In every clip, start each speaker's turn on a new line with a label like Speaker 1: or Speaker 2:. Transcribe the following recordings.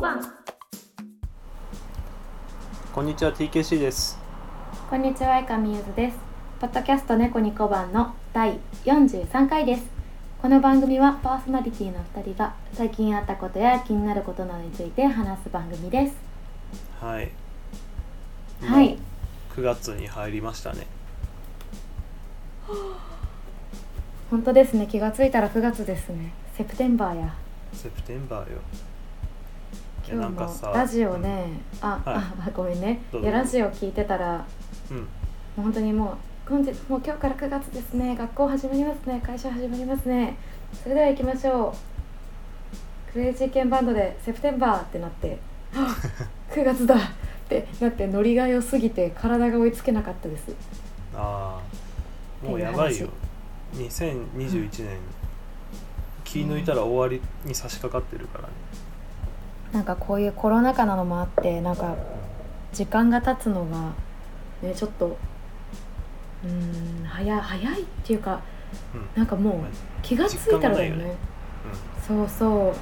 Speaker 1: 番
Speaker 2: こんにちは TKC です
Speaker 1: こんにちは井上ゆずですポッドキャスト猫に小判の第43回ですこの番組はパーソナリティの2人が最近あったことや気になることなどについて話す番組です
Speaker 2: はい
Speaker 1: はい
Speaker 2: 9月に入りましたね
Speaker 1: 本当ですね気がついたら9月ですねセプテンバーや
Speaker 2: セプテンバーよいやな
Speaker 1: 今
Speaker 2: ん
Speaker 1: 日
Speaker 2: か
Speaker 1: も
Speaker 2: さ
Speaker 1: ラジオね、あ、あごめんね
Speaker 2: どう
Speaker 1: い
Speaker 2: ぞ
Speaker 1: やラジオ聞いてたら
Speaker 2: うん
Speaker 1: もう本当にもう本日もう今日から9月ですね学校始まりますね会社始まりますねそれでは行きましょうクレイジーケンバンドで「セプテンバー」ってな って「はあ9月だ!」ってなってノリが良すぎて体が追いつけなかったです
Speaker 2: ああもうやばいよ
Speaker 1: って
Speaker 2: 2021年、気抜いたら終わりに差し掛かってるからね
Speaker 1: なんかこういうコロナ禍なのもあってなんか時間が経つのが、ね、ちょっとうーん早早いっていうか
Speaker 2: うん、うん、
Speaker 1: なんかもう気がついたらだよねそうそう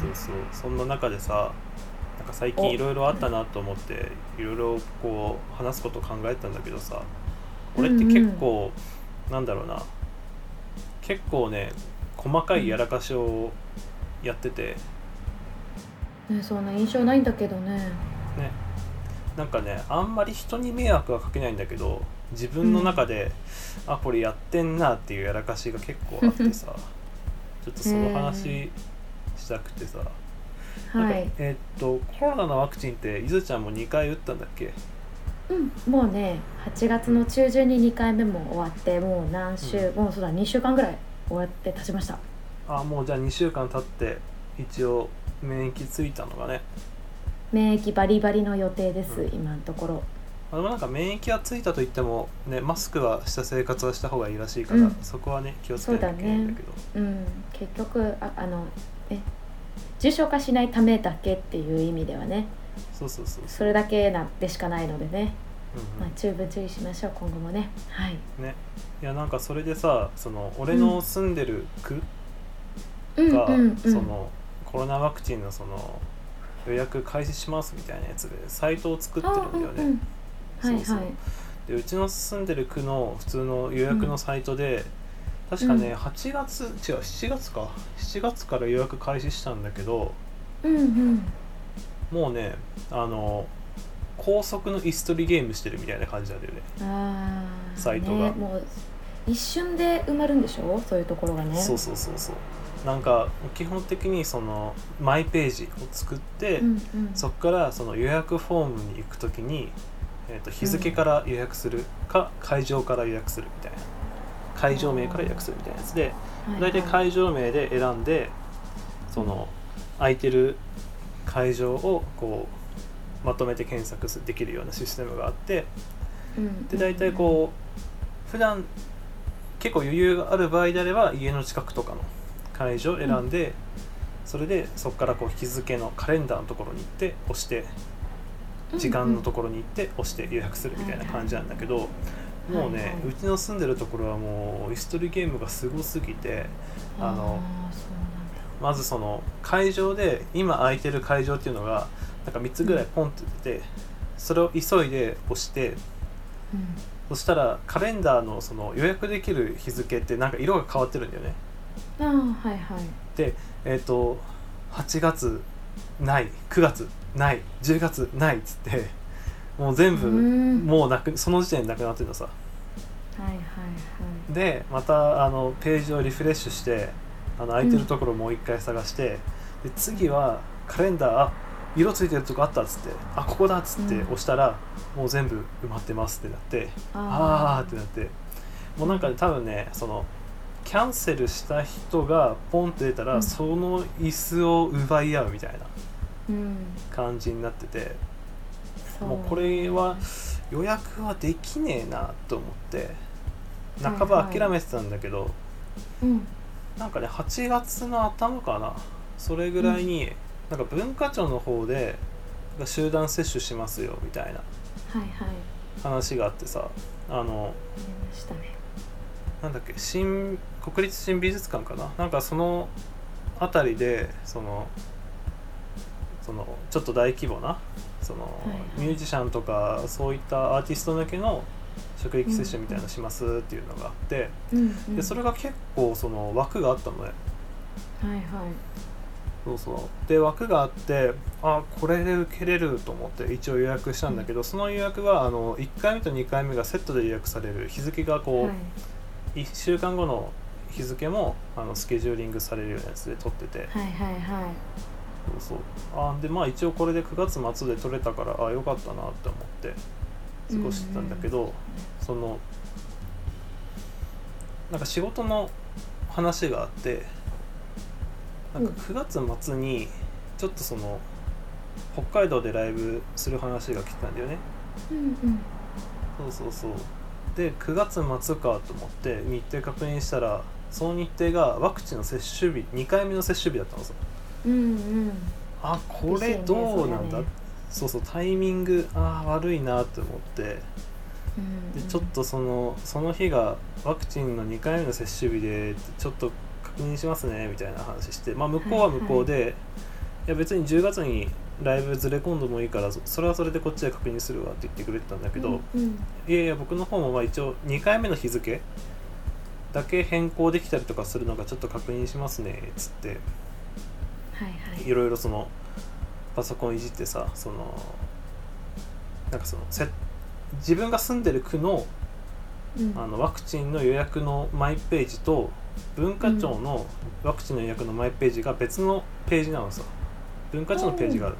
Speaker 2: そうそうそんな中でさなんか最近
Speaker 1: お
Speaker 2: いろいろあったなと思っていろいろこう話すことを考えたんだけどさ
Speaker 1: うんう
Speaker 2: 俺っ
Speaker 1: ん
Speaker 2: て結構、なんだろうな結構ね細かいやらかしをやってて、
Speaker 1: ねそんな印象ないんだけどね
Speaker 2: ねなんかねあんまり人に迷惑はかけないんだけど自分の中で、あこれやってんなっていうやらかしが結構あって さちょっとその話したくてさ、なん
Speaker 1: は
Speaker 2: か
Speaker 1: い
Speaker 2: えーっとコロナのワクチンってゆずちゃんも2回打ったんだっけ
Speaker 1: うんもうね8月の中旬に2回目も終わってもう何週、もうそうだ2週間ぐらい終わって経ちました
Speaker 2: あもうじゃあ2週間経って一応免疫ついたのがね
Speaker 1: 免疫バリバリの予定です、
Speaker 2: うん
Speaker 1: 今のところ
Speaker 2: あでもなんか免疫はついたといっても、ね、マスクはした生活はした方がいいらしいから、
Speaker 1: うん
Speaker 2: そこはね気をつけなきゃいけないんだけど
Speaker 1: うん結局ああのえ重症化しないためだけっていう意味ではね
Speaker 2: そう,、そうそうそ
Speaker 1: それだけなんでしかないのでね、
Speaker 2: う、うんうん
Speaker 1: まあ、十分注意しましょう今後もねはい
Speaker 2: ねいやなんかそれでさその俺の住んでる区
Speaker 1: うん
Speaker 2: が、
Speaker 1: うんうん
Speaker 2: そのコロナワクチンのその予約開始しますみたいなやつでサイトを作ってるんだよね。
Speaker 1: あうんうんはいはい
Speaker 2: そうそうでうちの住んでる区の普通の予約のサイトで、確かね、
Speaker 1: うん
Speaker 2: 8月違う7月か7月から予約開始したんだけど
Speaker 1: うんうん
Speaker 2: もうねあの高速の椅子取りゲームしてるみたいな感じなんだよね。
Speaker 1: あー
Speaker 2: サイトが
Speaker 1: ね、もう一瞬で埋まるんでしょそういうところがね
Speaker 2: そうそうそうそうなんか基本的にそのマイページを作って、
Speaker 1: んうん、
Speaker 2: そこからその予約フォームに行くときに、えー、と日付から予約するか、会場から予約するみたいな会場名から予約するみたいなやつで
Speaker 1: はいは
Speaker 2: 大
Speaker 1: い
Speaker 2: 体会場名で選んでその空いてる会場をこうまとめて検索すできるようなシステムがあって
Speaker 1: うん
Speaker 2: で大体こう普段結構余裕がある場合であれば家の近くとかの会場を選んで、それでそこからこう日付のカレンダーのところに行って押して
Speaker 1: うん
Speaker 2: 時間のところに行って押して予約するみたいな感じなんだけど、
Speaker 1: うん
Speaker 2: もうね、
Speaker 1: はいはいう
Speaker 2: ちの住んでるところはもう椅子取りゲームがすごすぎて
Speaker 1: うん
Speaker 2: あの
Speaker 1: あーそうなんだ
Speaker 2: まずその会場で今空いてる会場っていうのがなんか3つぐらいポンって出て、それを急いで押して
Speaker 1: うん
Speaker 2: そしたらカレンダーのその予約できる日付ってなんか色が変わってるんだよね
Speaker 1: あーはいはい
Speaker 2: でえっ、と8月ない9月ない10月ないっつってもう全部
Speaker 1: うん
Speaker 2: もうなくその時点でなくなってるのさ
Speaker 1: はいはいはい
Speaker 2: でまたあのページをリフレッシュしてあの空いてるところをもう一回探して、で次はカレンダーあ色ついてるとこあったっつってあここだっつって
Speaker 1: うん
Speaker 2: 押したら、もう全部埋まってますってなってあ
Speaker 1: あ
Speaker 2: あーってなってもうなんかね多分ねそのキャンセルした人がポンって出たら、
Speaker 1: うん
Speaker 2: その椅子を奪い合うみたいな
Speaker 1: ーうん
Speaker 2: 感じになってて
Speaker 1: そ
Speaker 2: もうこれは予約はできねえなと思って半ば諦めてたんだけど、
Speaker 1: うん
Speaker 2: なんかね8月の頭かなそれぐらいに、なんか文化庁の方でなんか集団接種しますよみたいな
Speaker 1: はいはい
Speaker 2: 話があってさあの
Speaker 1: 見えましたね
Speaker 2: なんだっけ新国立新美術館かななんかその辺りでそのそのちょっと大規模なその、
Speaker 1: いはい
Speaker 2: ミュージシャンとかそういったアーティスト向けの職域接種みたいなのしますっていうのがあって、
Speaker 1: うんうん
Speaker 2: でそれが結構その枠があったのね
Speaker 1: はいはい
Speaker 2: そうそうで枠があってあこれで受けれると思って一応予約したんだけど、その予約はあの1回目と2回目がセットで予約される日付がこう、
Speaker 1: はい
Speaker 2: 1週間後の日付もあのスケジューリングされるようなやつで取ってて
Speaker 1: はいはいはい
Speaker 2: そうそうあでまあ一応これで9月末で取れたからあよかったなって思って過ごしてたんだけど、そのなんか仕事の話があってなんか9月末にちょっとその北海道でライブする話が来たんだよね
Speaker 1: うんうん
Speaker 2: そうそうそうで9月末かと思って日程確認したらその日程がワクチンの接種日2回目の接種日だったのさ
Speaker 1: うんうん
Speaker 2: あこれどうなんだ、
Speaker 1: ですよねそれね
Speaker 2: そうそうタイミングあー悪いなと思って
Speaker 1: うん
Speaker 2: でちょっとそのその日がワクチンの2回目の接種日でちょっと確認しますねみたいな話して、まあ、向こうは向こうで、いや別に10月にライブずれ込んでもいいからそそれはそれでこっちで確認するわって言ってくれてたんだけど、
Speaker 1: うんうん
Speaker 2: いやいや僕の方もまあ一応2回目の日付だけ変更できたりとかするのがちょっと確認しますねっつって
Speaker 1: はいはい
Speaker 2: いろいろそのパソコンいじってさそのなんかそのせ自分が住んでる区の
Speaker 1: うん
Speaker 2: あのワクチンの予約のマイページと文化庁のワクチンの予約のマイページが別のページなのさ文化庁のページがある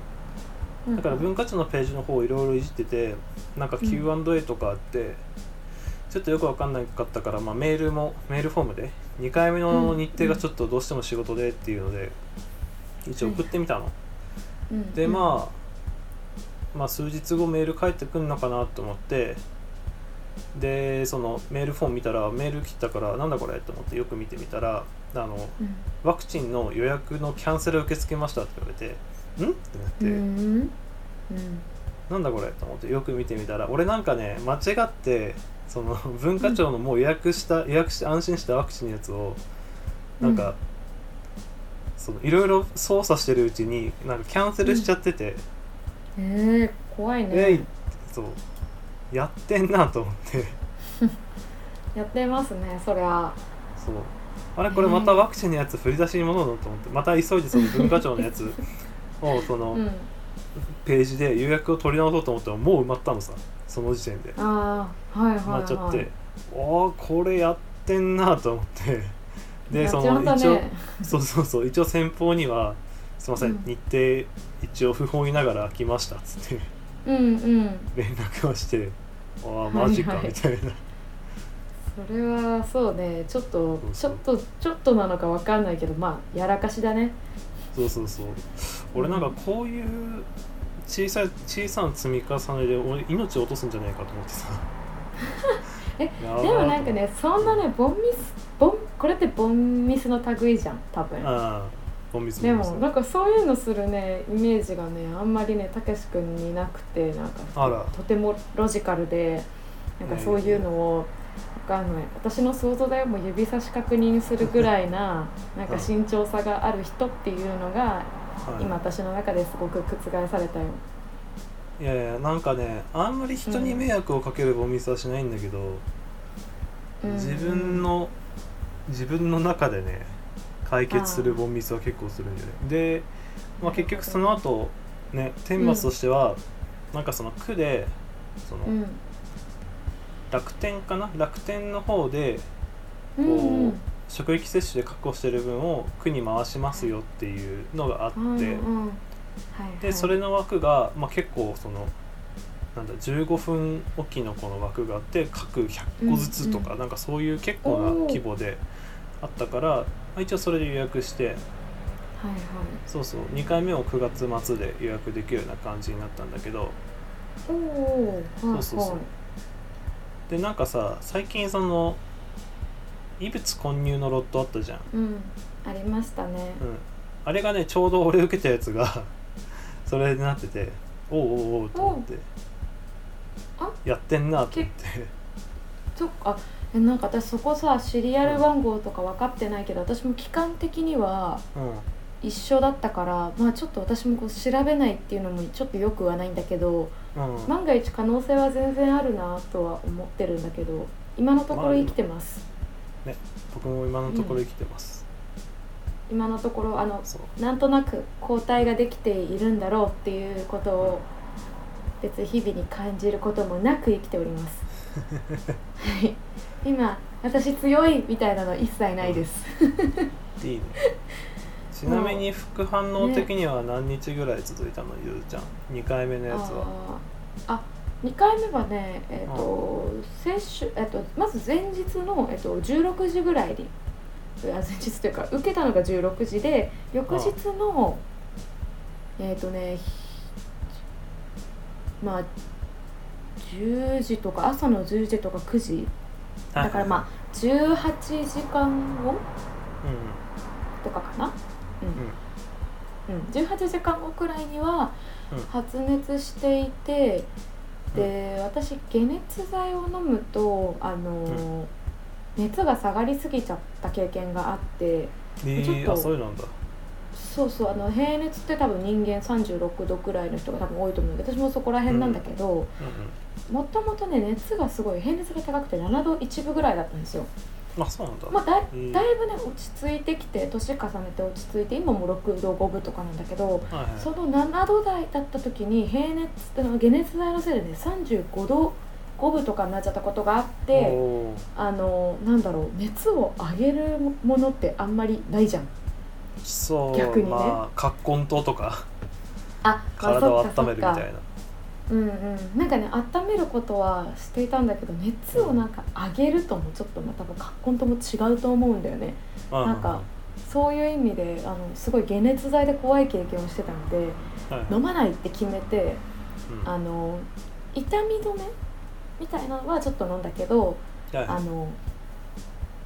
Speaker 2: だから文化庁のページの方をいろいろいじっててなんか
Speaker 1: うん
Speaker 2: Q&A とかあって、ちょっとよく分かんなかったから、まあ、メールもメールフォームで2回目の日程がちょっとどうしても仕事でっていうので、一応送ってみたの、
Speaker 1: うん
Speaker 2: でまあまあ数日後メール返ってくんのかなと思ってでそのメールフォーム見たらメール来たからなんだこれと思ってよく見てみたらあの
Speaker 1: うん
Speaker 2: ワクチンの予約のキャンセル受け付けましたって言われてんってなって、
Speaker 1: うん
Speaker 2: なんだこれと思ってよく見てみたら俺なんかね間違ってその文化庁のもう予約した、予約して安心したワクチンのやつをなんか、
Speaker 1: うん
Speaker 2: そのいろいろ操作してるうちになんかキャンセルしちゃってて、
Speaker 1: うんえー怖いね
Speaker 2: えいそうやってんなと思って
Speaker 1: やってますね そりゃ
Speaker 2: そうあれこれまたワクチンのやつ振り出しに戻るのと思ってまた急いでその文化庁のやつ をその
Speaker 1: うん
Speaker 2: ページで予約を取り直そうと思ったらもう埋まったのさその時点で
Speaker 1: ああはいはいはい
Speaker 2: 埋まっちゃっておーこれやってんなと思ってで
Speaker 1: やっ
Speaker 2: そ
Speaker 1: ちま
Speaker 2: の
Speaker 1: っ
Speaker 2: 一
Speaker 1: た
Speaker 2: 応、
Speaker 1: ね
Speaker 2: そうそうそう一応先方には「すいません、
Speaker 1: うん
Speaker 2: 日程一応不本意ながら来ました」っつって
Speaker 1: うんうん
Speaker 2: 連絡をして「ああマジか
Speaker 1: は」いはい
Speaker 2: みたいな。
Speaker 1: それはそうねちょっとち
Speaker 2: そ
Speaker 1: ょ
Speaker 2: う
Speaker 1: っとちょっとなのかわかんないけどまあやらかしだね
Speaker 2: そうそうそう俺なんかこういう小さい小さな積み重ねで俺命を落とすんじゃないかと思ってさ
Speaker 1: え
Speaker 2: やばー
Speaker 1: でもなんかねそんなねボンミスボンこれってボンミスの類じゃん多分
Speaker 2: ああお水
Speaker 1: で
Speaker 2: 飲み
Speaker 1: も
Speaker 2: ます
Speaker 1: なんかそういうのするねイメージがねあんまりねたけし君になくてなんか
Speaker 2: あら
Speaker 1: とてもロジカルでなんかそういうのをわかんない私の想像だよもう指差し確認するぐらいななんか慎重さがある人っていうのが
Speaker 2: はい
Speaker 1: 今私の中ですごく覆されたよ
Speaker 2: いやいやなんかねあんまり人に迷惑をかけるお水はしないんだけど、
Speaker 1: うん
Speaker 2: 自分の自分の中でね解決するボンミスは結構するんだよねで、まあ、結局その後ね天末としては、なんかその区でその、
Speaker 1: うん
Speaker 2: 楽天かな楽天の方でこう
Speaker 1: う
Speaker 2: ん
Speaker 1: うん
Speaker 2: 職域接種で確保してる分を区に回しますよっていうのがあって、
Speaker 1: うんうんはいはい
Speaker 2: でそれの枠が、まあ、結構そのなんだ15分おきのこの枠があって各100個ずつとか、
Speaker 1: うん
Speaker 2: なんかそういう結構な規模であったから、まあ一応それで予約して
Speaker 1: はいはい
Speaker 2: そうそう2回目を9月末で予約できるような感じになったんだけど
Speaker 1: おお
Speaker 2: そうそうそうでなんかさ最近その異物混入のロットあったじゃん。
Speaker 1: うんありましたね
Speaker 2: うん、あれがねちょうど俺受けたやつが それになってておうおうおうと思って
Speaker 1: おうあ
Speaker 2: やってんなと思って
Speaker 1: そっかあええなんか私そこさシリアル番号とか分かってないけど私も期間的には
Speaker 2: うん
Speaker 1: 一緒だったからまあちょっと私もこう調べないっていうのもちょっとよくはないんだけど
Speaker 2: うん、
Speaker 1: 万が一可能性は全然あるなとは思ってるんだけど今のところ生きてます、
Speaker 2: 僕も今のところ生きてます、
Speaker 1: 今のところあの
Speaker 2: そう
Speaker 1: なんとなく抗体ができているんだろうっていうことを別に日々に感じることもなく生きておりますはい今私強いみたいなの一切ないです
Speaker 2: いいねちなみに副反応的には何日ぐらい続いたの、ゆうちゃん2回目のやつは
Speaker 1: あーあ2回目はね、えーと接種えー、とまず前日の、えー、と16時ぐらいにあ前日というか受けたのが16時で翌日のえっ、とねひまあ10時とか朝の10時とか9時だからまあ18時間後
Speaker 2: あ
Speaker 1: とかかな、うんうん、18時間後くらいには
Speaker 2: うん
Speaker 1: 発熱していて、で私解熱剤を飲むとあのー、熱が下がりすぎちゃった経験があって
Speaker 2: うんうん
Speaker 1: ちょっ
Speaker 2: えー、
Speaker 1: と
Speaker 2: あそういうのなんだ
Speaker 1: そうそうあの平熱って多分人間36度くらいの人が多分多いと思うんだけど私もそこら辺なんだけど
Speaker 2: うん
Speaker 1: もともとね熱がすごい平熱が高くて7度1分ぐらいだったんですよ。
Speaker 2: うんあそうなんだ、
Speaker 1: まあ、だい
Speaker 2: えー
Speaker 1: だいぶね落ち着いてきて年重ねて落ち着いて今も6度5分とかなんだけど、
Speaker 2: はいはい
Speaker 1: その7度台だった時に平熱あの解熱剤のせいでね35度5分とかになっちゃったことがあって
Speaker 2: おー
Speaker 1: あのなんだろう熱を上げるものってあんまりないじゃん
Speaker 2: そう
Speaker 1: 逆にね
Speaker 2: まあ葛根湯とか
Speaker 1: あ
Speaker 2: 体を温めるみたい
Speaker 1: な
Speaker 2: な
Speaker 1: うんうんなんかね温めることはしていたんだけど熱をなんか上げるともちょっとまた格好とも違うと思うんだよね
Speaker 2: うん
Speaker 1: なんかそういう意味であのすごい解熱剤で怖い経験をしてたので
Speaker 2: はいはい
Speaker 1: 飲まないって決めて
Speaker 2: うん
Speaker 1: あの痛み止めみたいなのはちょっと飲んだけど
Speaker 2: はいは
Speaker 1: あ
Speaker 2: い
Speaker 1: の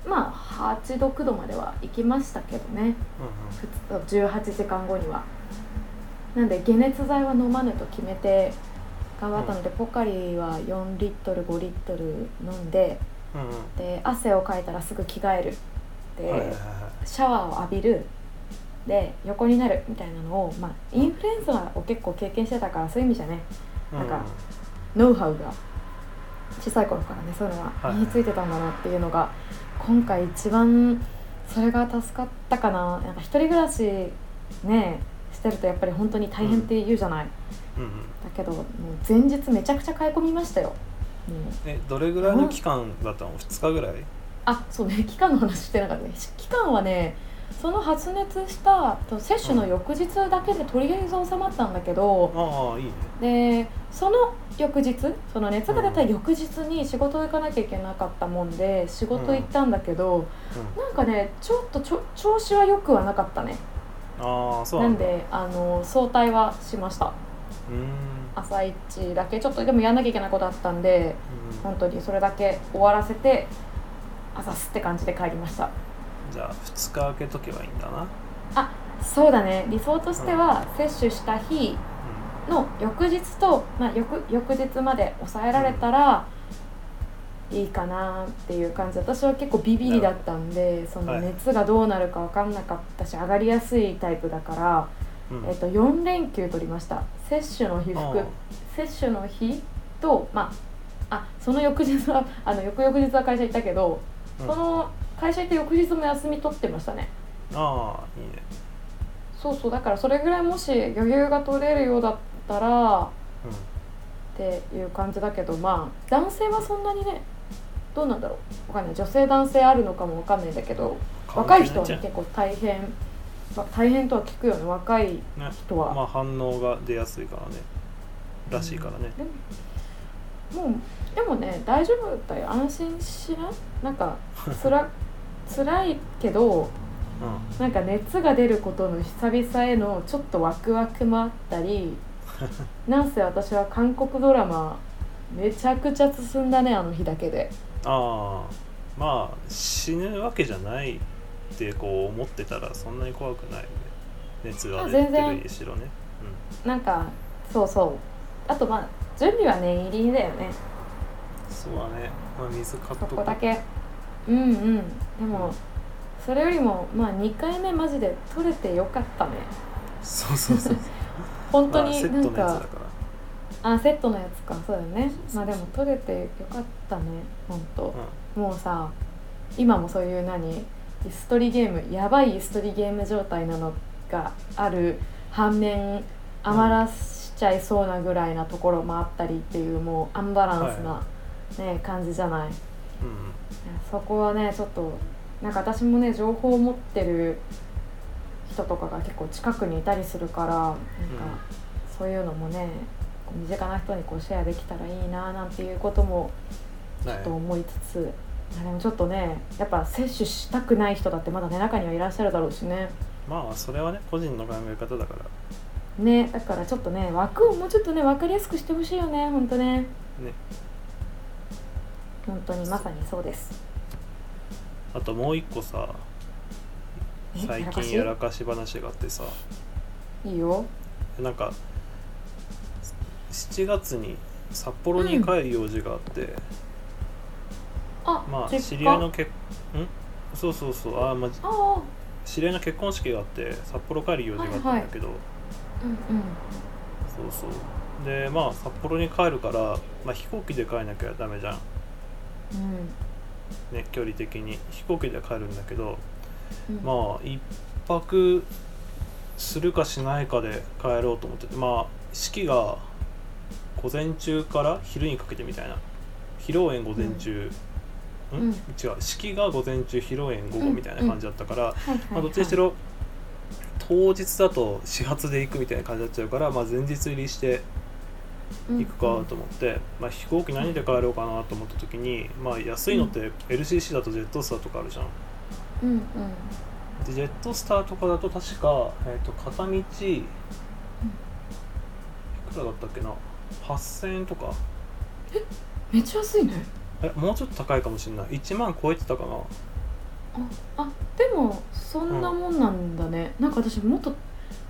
Speaker 1: まあ8度9度までは行きましたけどね
Speaker 2: う
Speaker 1: 普通18時間後にはなんで解熱剤は飲まぬと決めて頑張ったので、ポカリは4リットル5リットル飲んで
Speaker 2: んうんうんうん
Speaker 1: で汗をかいたらすぐ着替えるで、
Speaker 2: はいはいは
Speaker 1: シャワーを浴びるで横になるみたいなのを、まあ、インフルエンザを結構経験してたからそういう意味じゃね
Speaker 2: い
Speaker 1: なんか
Speaker 2: うん
Speaker 1: ノウハウが小さい頃からねそういうの
Speaker 2: は
Speaker 1: が
Speaker 2: い
Speaker 1: 身についてたんだなっていうのが、今回一番それが助かったかなやっぱ一人暮らしねしてるとやっぱり本当に大変って言うじゃない、だ
Speaker 2: うんうん
Speaker 1: けどもう前日めちゃくちゃ買い込みましたよもう
Speaker 2: えどれぐらいの期間だったの2日ぐらい
Speaker 1: あそうね 期間の話してなかったね期間はねその発熱したと接種の翌日だけでとりあえず収まったんだけど、
Speaker 2: ああいいね
Speaker 1: でその翌日その熱が出た翌日に仕事行かなきゃいけなかったもんで仕事行ったんだけど、
Speaker 2: うん
Speaker 1: なんかねちょっとちょ調子は良くはなかったね
Speaker 2: ああそう
Speaker 1: な
Speaker 2: なん
Speaker 1: ん
Speaker 2: だ
Speaker 1: であの早退はしました
Speaker 2: うーん
Speaker 1: 朝一だけちょっとでもやんなきゃいけないことあったんで
Speaker 2: うん
Speaker 1: 本当にそれだけ終わらせて朝すって感じで帰りました
Speaker 2: じゃあ2日空けとけばいいんだな、
Speaker 1: そうだね理想としては接種した日の翌日と、まあ、翌翌日まで抑えられたらいいかなっていう感じ私は結構ビビりだったんでそ
Speaker 2: は
Speaker 1: の
Speaker 2: い
Speaker 1: 熱がどうなるか分かんなかったし上がりやすいタイプだから、
Speaker 2: うんうん
Speaker 1: えっと、4連休取りました接種の日
Speaker 2: あ
Speaker 1: 服接種の日と、まあ、あその翌日は あの翌々日は会社行ったけど、
Speaker 2: うん
Speaker 1: その会社行って翌日も休み取ってましたね。
Speaker 2: ああいいね、
Speaker 1: そうそうだからそれぐらいもし余裕が取れるようだった
Speaker 2: う
Speaker 1: らっていう感じだけどまあ男性はそんなにねどうなんだろうわかんない女性男性あるのかもわかんないんだけど
Speaker 2: ん、
Speaker 1: 若い人は、
Speaker 2: 関係な
Speaker 1: ね、
Speaker 2: じ
Speaker 1: 結構大変、まあ、大変とは聞くよね若い
Speaker 2: ゃんね
Speaker 1: 人は、
Speaker 2: まあ反応が出やすいからねらしいからね、
Speaker 1: でももうでもね大丈夫だよ安心しないなん かつら辛いけど
Speaker 2: うん
Speaker 1: なんか熱が出ることの久々へのちょっとワクワクもあった りなんせ私は韓国ドラマめちゃくちゃ進んだねあの日だけで。
Speaker 2: ああまあ死ぬわけじゃないってこう思ってたらそんなに怖くないよね熱が出
Speaker 1: あ全
Speaker 2: て
Speaker 1: 然
Speaker 2: るにしろね
Speaker 1: なんかそうそうあとまあ準備は念入りだよね
Speaker 2: うんそうだね、まあ、水買っ
Speaker 1: そ
Speaker 2: と
Speaker 1: こ
Speaker 2: く
Speaker 1: だけうんうんでもそれよりもまあ2回目マジで取れてよかったね
Speaker 2: そうそうそう
Speaker 1: 本当
Speaker 2: まあ
Speaker 1: に
Speaker 2: セ
Speaker 1: な
Speaker 2: ット
Speaker 1: ん
Speaker 2: のやつだ
Speaker 1: か、
Speaker 2: から
Speaker 1: あセットのやつかそうだよね
Speaker 2: そうそ
Speaker 1: ま
Speaker 2: う
Speaker 1: あでも取れてよかったね本当
Speaker 2: うん
Speaker 1: もうさ今もそういう何椅子取りゲームやばい椅子取りゲーム状態なのがある反面余らしちゃいそうなぐらいなところもあったりっていうもうアンバランスな、ね感じじゃない
Speaker 2: うん
Speaker 1: そこはねちょっとなんか私もね情報を持ってる人とかが結構近くにいたりするからなんかそういうのもねこう身近な人にこうシェアできたらいいななんていうことも
Speaker 2: はい
Speaker 1: と思いつつ、あでもちょっとねやっぱ接種したくない人だってまだね中にはいらっしゃるだろうしね
Speaker 2: まあそれはね個人の考え方だから
Speaker 1: ねだからちょっとね枠をもうちょっとね分かりやすくしてほしいよねほんとね
Speaker 2: ね
Speaker 1: 本当にまさにそうです
Speaker 2: あともう一個さ
Speaker 1: え
Speaker 2: 最
Speaker 1: やらかし
Speaker 2: 近やらかし話があってさ
Speaker 1: いいよ
Speaker 2: なんか7月に札幌に帰る用事があって、
Speaker 1: あ、
Speaker 2: まあ
Speaker 1: 実家
Speaker 2: 知り合いの結んそうそうそうあー、まあ、
Speaker 1: ああ
Speaker 2: 知り合いの結婚式があって札幌帰る用事があったんだけど、
Speaker 1: うん
Speaker 2: そうそうでまあ札幌に帰るから、まあ、飛行機で帰んなきゃダメじゃん
Speaker 1: うん
Speaker 2: ね距離的に飛行機で帰るんだけど
Speaker 1: うんうん
Speaker 2: まあ一泊するかしないかで帰ろうと思っててまあ式が午前中から昼にかけてみたいな披露宴午前中、ん
Speaker 1: うん
Speaker 2: 違う式が午前中披露宴午後みたいな感じだったから、
Speaker 1: はいはい、
Speaker 2: ま
Speaker 1: は
Speaker 2: あ、
Speaker 1: い、
Speaker 2: どっちにしろ当日だと始発で行くみたいな感じになっちゃうから、まあ、前日入りして行くかと思って、まあ、飛行機何で帰ろうかなと思った時に、まあ、安いのって LCC だとジェットスターとかあるじゃん。
Speaker 1: うんうん
Speaker 2: でジェットスターとかだと確か、えー、と片道いくらだったっけな8000円とか
Speaker 1: めっちゃ安いね
Speaker 2: えもうちょっと高いかもしれない1万超えてたかな
Speaker 1: あでもそんなもんなんだね、なんか私もっと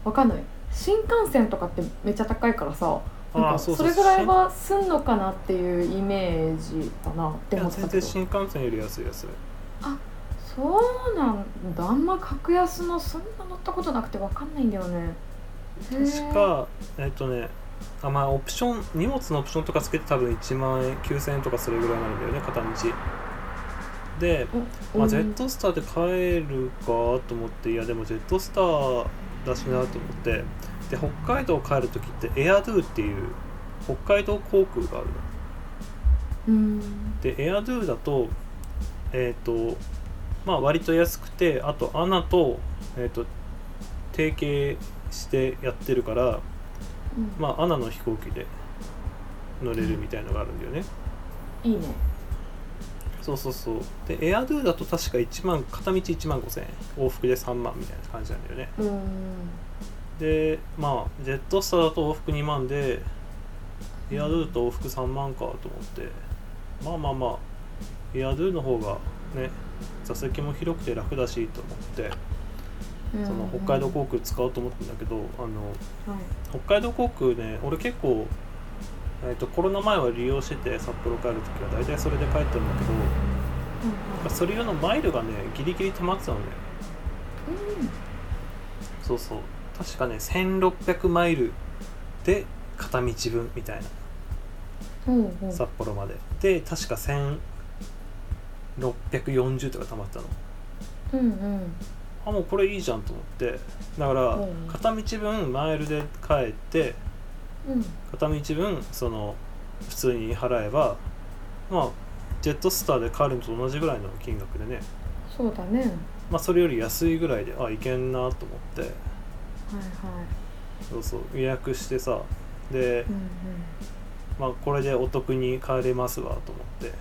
Speaker 1: わかんない新幹線とかってめっちゃ高いからさなん
Speaker 2: あ
Speaker 1: か
Speaker 2: ーそう
Speaker 1: そ
Speaker 2: そう
Speaker 1: れぐらいはすんのかなっていうイメージだなって
Speaker 2: い
Speaker 1: 思
Speaker 2: や
Speaker 1: ってた
Speaker 2: 全然
Speaker 1: けど
Speaker 2: 新幹線より安い安い
Speaker 1: そうなんだあんま格安のそんな乗ったことなくてわかんないんだよねへー
Speaker 2: 確かえっ、とねあまあオプション荷物のオプションとかつけて多分1万円9000円とかそれぐらいになるんだよね片道で、
Speaker 1: お
Speaker 2: まあ、
Speaker 1: うん
Speaker 2: ジェットスターで帰るかと思っていやでもジェットスターだしなと思ってで北海道帰る時ってエアドゥっていう北海道航空があるの
Speaker 1: うん
Speaker 2: でエアドゥだとえっ、とまあ割と安くてあとアナと,、えー、と提携してやってるから
Speaker 1: うん
Speaker 2: まあ、アナの飛行機で乗れるみたいのがあるんだよね、
Speaker 1: いいね
Speaker 2: そうそうそうでエアドゥだと確か1万片道1万5000円往復で3万みたいな感じなんだよね
Speaker 1: うん
Speaker 2: でまあジェットスターだと往復2万でエアドゥと往復3万かと思ってまあまあまあエアドゥの方がね座席も広くて楽だしと思ってその北海道航空使おうと思ったんだけどあの
Speaker 1: 空、はい
Speaker 2: 北海道航空ね俺結構、えー、とコロナ前は利用してて札幌帰る時は大体それで帰ってるんだけどなんかそれ用のマイルがねギリギリ溜まってたのね
Speaker 1: うんうん
Speaker 2: そうそう確かね1600マイルで片道分みたい
Speaker 1: うんうんうん
Speaker 2: な札幌までで確か1640とか溜まってたの
Speaker 1: うんうん
Speaker 2: あもうこれいいじゃんと思ってだから
Speaker 1: うん
Speaker 2: 片道分マイルで帰って
Speaker 1: うん
Speaker 2: 片道分その普通に払えばまあジェットスターで帰るのと同じぐらいの金額でね、
Speaker 1: そうだねはい
Speaker 2: まあ、それより安いぐらいであいけんなと思って
Speaker 1: は
Speaker 2: そうそう予約してさで
Speaker 1: い、うん
Speaker 2: まあ、これでお得に帰れますわと思って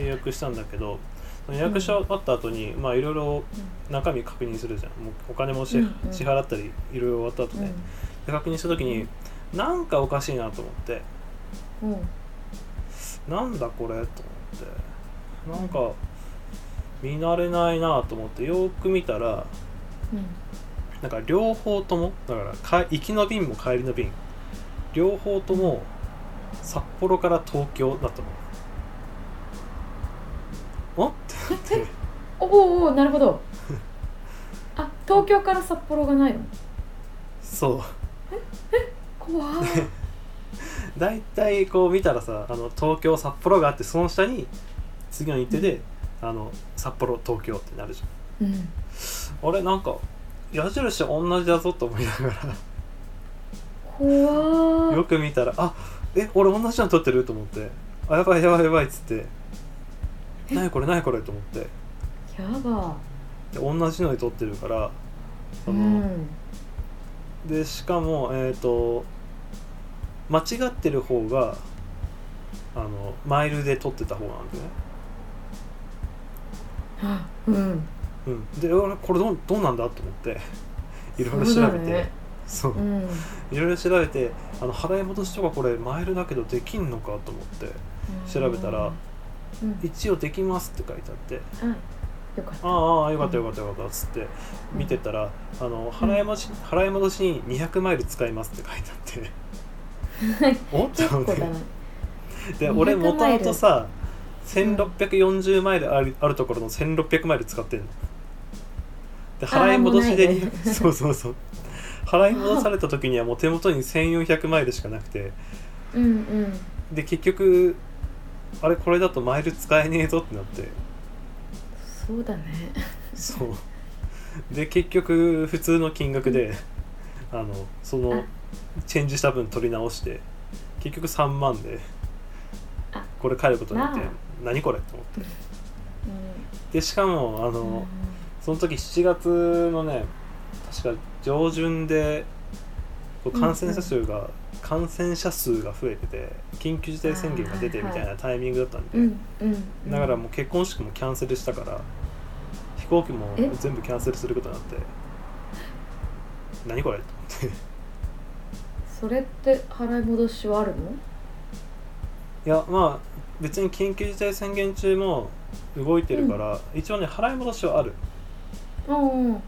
Speaker 2: で予約したんだけどその予約し終わった後にまあいろいろ中身確認するじゃんもうお金も支
Speaker 1: うんうん
Speaker 2: 支払ったりいろいろ終わった後
Speaker 1: うん
Speaker 2: ね、で確認した時になんかおかしいなと思って
Speaker 1: うんうん
Speaker 2: なんだこれと思ってなんか見慣れないなと思ってよーく見たら
Speaker 1: うん
Speaker 2: なんか両方ともだからか行きの便も帰りの便両方とも札幌から東京だったのおって
Speaker 1: おおおなるほどあ東京から札幌がないの
Speaker 2: そう
Speaker 1: 怖い
Speaker 2: 大体こう見たらさあの東京札幌があってその下に次の日程で、あの札幌東京ってなるじ
Speaker 1: うん
Speaker 2: ゃんあれなんか矢印同じだぞと思いながら
Speaker 1: 怖
Speaker 2: よ
Speaker 1: い
Speaker 2: く見たらあえ俺同じの撮ってると思ってあやばいやばいやばいっつって
Speaker 1: え
Speaker 2: 何これ何これと思ってで
Speaker 1: やだ
Speaker 2: 同じので撮ってるから
Speaker 1: う
Speaker 2: その、
Speaker 1: ん
Speaker 2: でしかもえっ、と間違ってる方があのマイルで撮ってた方なんでね、
Speaker 1: あうん
Speaker 2: うん、で俺これどうどうなんだと思って いろいろ
Speaker 1: そう
Speaker 2: 調
Speaker 1: だ
Speaker 2: べて
Speaker 1: ね
Speaker 2: そう
Speaker 1: うん
Speaker 2: いろいろ調べてあの払い戻しとかこれマイルだけどできんのかと思って 調べたら
Speaker 1: うんうん
Speaker 2: 一応できますって書いてあって
Speaker 1: あよかった
Speaker 2: ああよかったよかったよかったっつって見てたらあの払い戻し払い戻しに200マイル使いますって書いてあ っておっと
Speaker 1: 結
Speaker 2: 思
Speaker 1: 構
Speaker 2: って
Speaker 1: だな
Speaker 2: で
Speaker 1: 200
Speaker 2: 俺もと
Speaker 1: マ
Speaker 2: も
Speaker 1: イル
Speaker 2: とさ1640マイルあるあるところの1600マイル使ってんので
Speaker 1: あー
Speaker 2: 払い戻しで
Speaker 1: もうないね
Speaker 2: 200 そうそう そう払い戻された時にはもう手元に1400マイルしかなくて
Speaker 1: うんうん
Speaker 2: で結局あれこれだとマイル使えねえぞってなって
Speaker 1: そうだね
Speaker 2: そうで結局普通の金額であのその
Speaker 1: あ
Speaker 2: チェンジした分取り直して結局3万で
Speaker 1: あ
Speaker 2: これ帰ることになって
Speaker 1: まあ
Speaker 2: 何これと思って
Speaker 1: う
Speaker 2: でしかもあの、
Speaker 1: ん
Speaker 2: その時7月のね確か上旬でこう感染者数が、感染者数が増えてて緊急事態宣言が出てみたいなタイミングだったんで、
Speaker 1: うんうん
Speaker 2: だからもう結婚式もキャンセルしたから飛行機も
Speaker 1: え
Speaker 2: 全部キャンセルすることにな って何これと思って
Speaker 1: それって払い戻しはあるの
Speaker 2: いやまあ別に緊急事態宣言中も動いてるから、一応ね払い戻しはある
Speaker 1: うんうん